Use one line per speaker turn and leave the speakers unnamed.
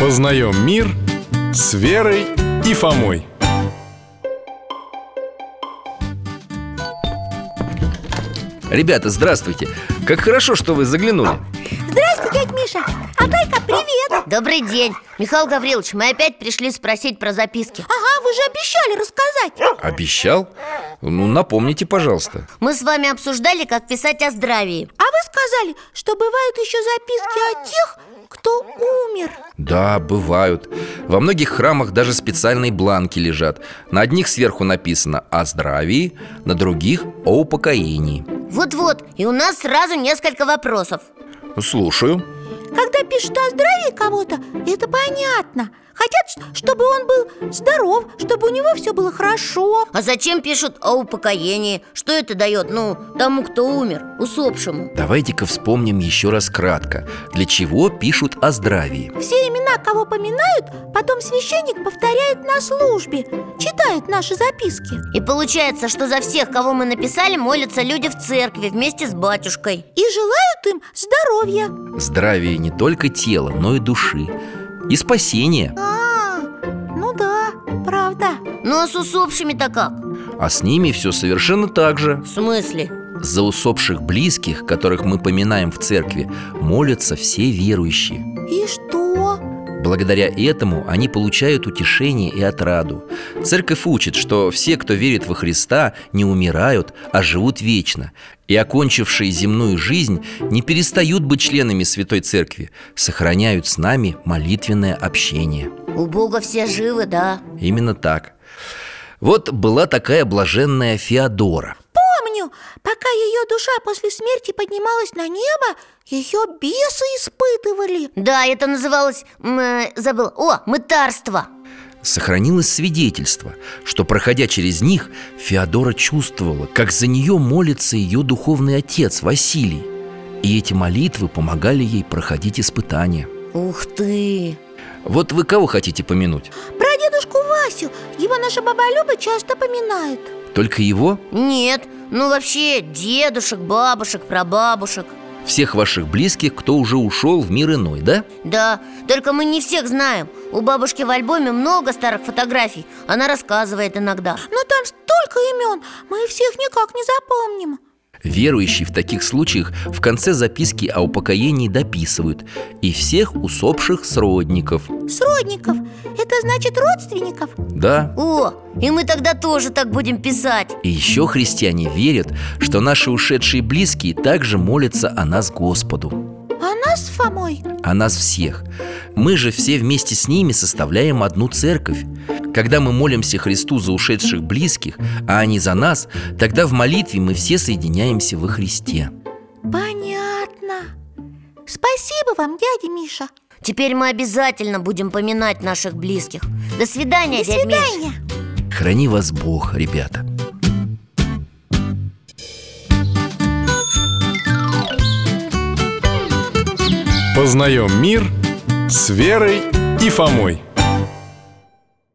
Познаем мир с Верой и Фомой.
Ребята, здравствуйте. Как хорошо, что вы заглянули.
Здравствуй, дядь Миша! Атайка, привет!
Добрый день, Михаил Гаврилович, мы опять пришли спросить про записки
Ага, вы же обещали рассказать
Обещал? Ну, напомните, пожалуйста.
Мы с вами обсуждали, как писать о здравии
А вы сказали, что бывают еще записки о тех, кто умер
Да, бывают. Во многих храмах даже специальные бланки лежат. На одних сверху написано о здравии, на других о упокоении.
Вот-вот, и у нас сразу несколько вопросов
Слушаю.
Когда пишут о здравии кого-то, это понятно Хотят, ш- чтобы он был здоров, чтобы у него все было хорошо
А зачем пишут о упокоении? Что это дает, ну, тому, кто умер, усопшему?
Давайте-ка вспомним еще раз кратко, для чего пишут о здравии.
Все имена, кого поминают, потом священник повторяет на службе Читает наши записки
И получается, что за всех, кого мы написали, молятся люди в церкви вместе с батюшкой
И желают им здоровья
Здравие не только тела, но и души. И спасение.
А, ну да, правда
Ну а с усопшими-то как?
А с ними все совершенно так же.
В смысле?
За усопших близких, которых мы поминаем в церкви, молятся все верующие.
И что?
Благодаря этому они получают утешение и отраду. Церковь учит, что все, кто верит во Христа, не умирают, а живут вечно. И окончившие земную жизнь не перестают быть членами Святой Церкви, сохраняют с нами молитвенное общение.
У Бога все живы, да?
Именно так. Вот была такая блаженная Феодора.
Помню, пока ее душа после смерти поднималась на небо, ее бесы испытывали.
Да, это называлось... м, э, забыл О, мытарство
Сохранилось свидетельство, что, проходя через них, Феодора чувствовала, как за нее молится ее духовный отец Василий. И эти молитвы помогали ей проходить испытания.
Ух ты!
Вот вы кого хотите помянуть?
Про дедушку Васю его наша баба Люба часто поминает.
Только его?
Нет, ну вообще дедушек, бабушек, прабабушек
Всех ваших близких, кто уже ушел в мир иной, да?
Да, только мы не всех знаем У бабушки в альбоме много старых фотографий Она рассказывает иногда
Но там столько имен, мы их всех никак не запомним.
Верующие в таких случаях в конце записки о упокоении дописывают «И всех усопших сродников».
Сродников, это значит родственников.
Да,
О, и мы тогда тоже так будем писать
И еще христиане верят, что наши ушедшие близкие также молятся о нас Господу,
А нас с Фомой
о нас всех. Мы же все вместе с ними составляем одну церковь. Когда мы молимся Христу за ушедших близких, а они за нас, тогда в молитве мы все соединяемся во Христе.
понятно. Спасибо вам, дядя Миша.
Теперь мы обязательно будем поминать наших близких До свидания,
До
дядь Миш.
свидания.
Храни вас Бог, ребята.
Познаем мир с Верой и Фомой.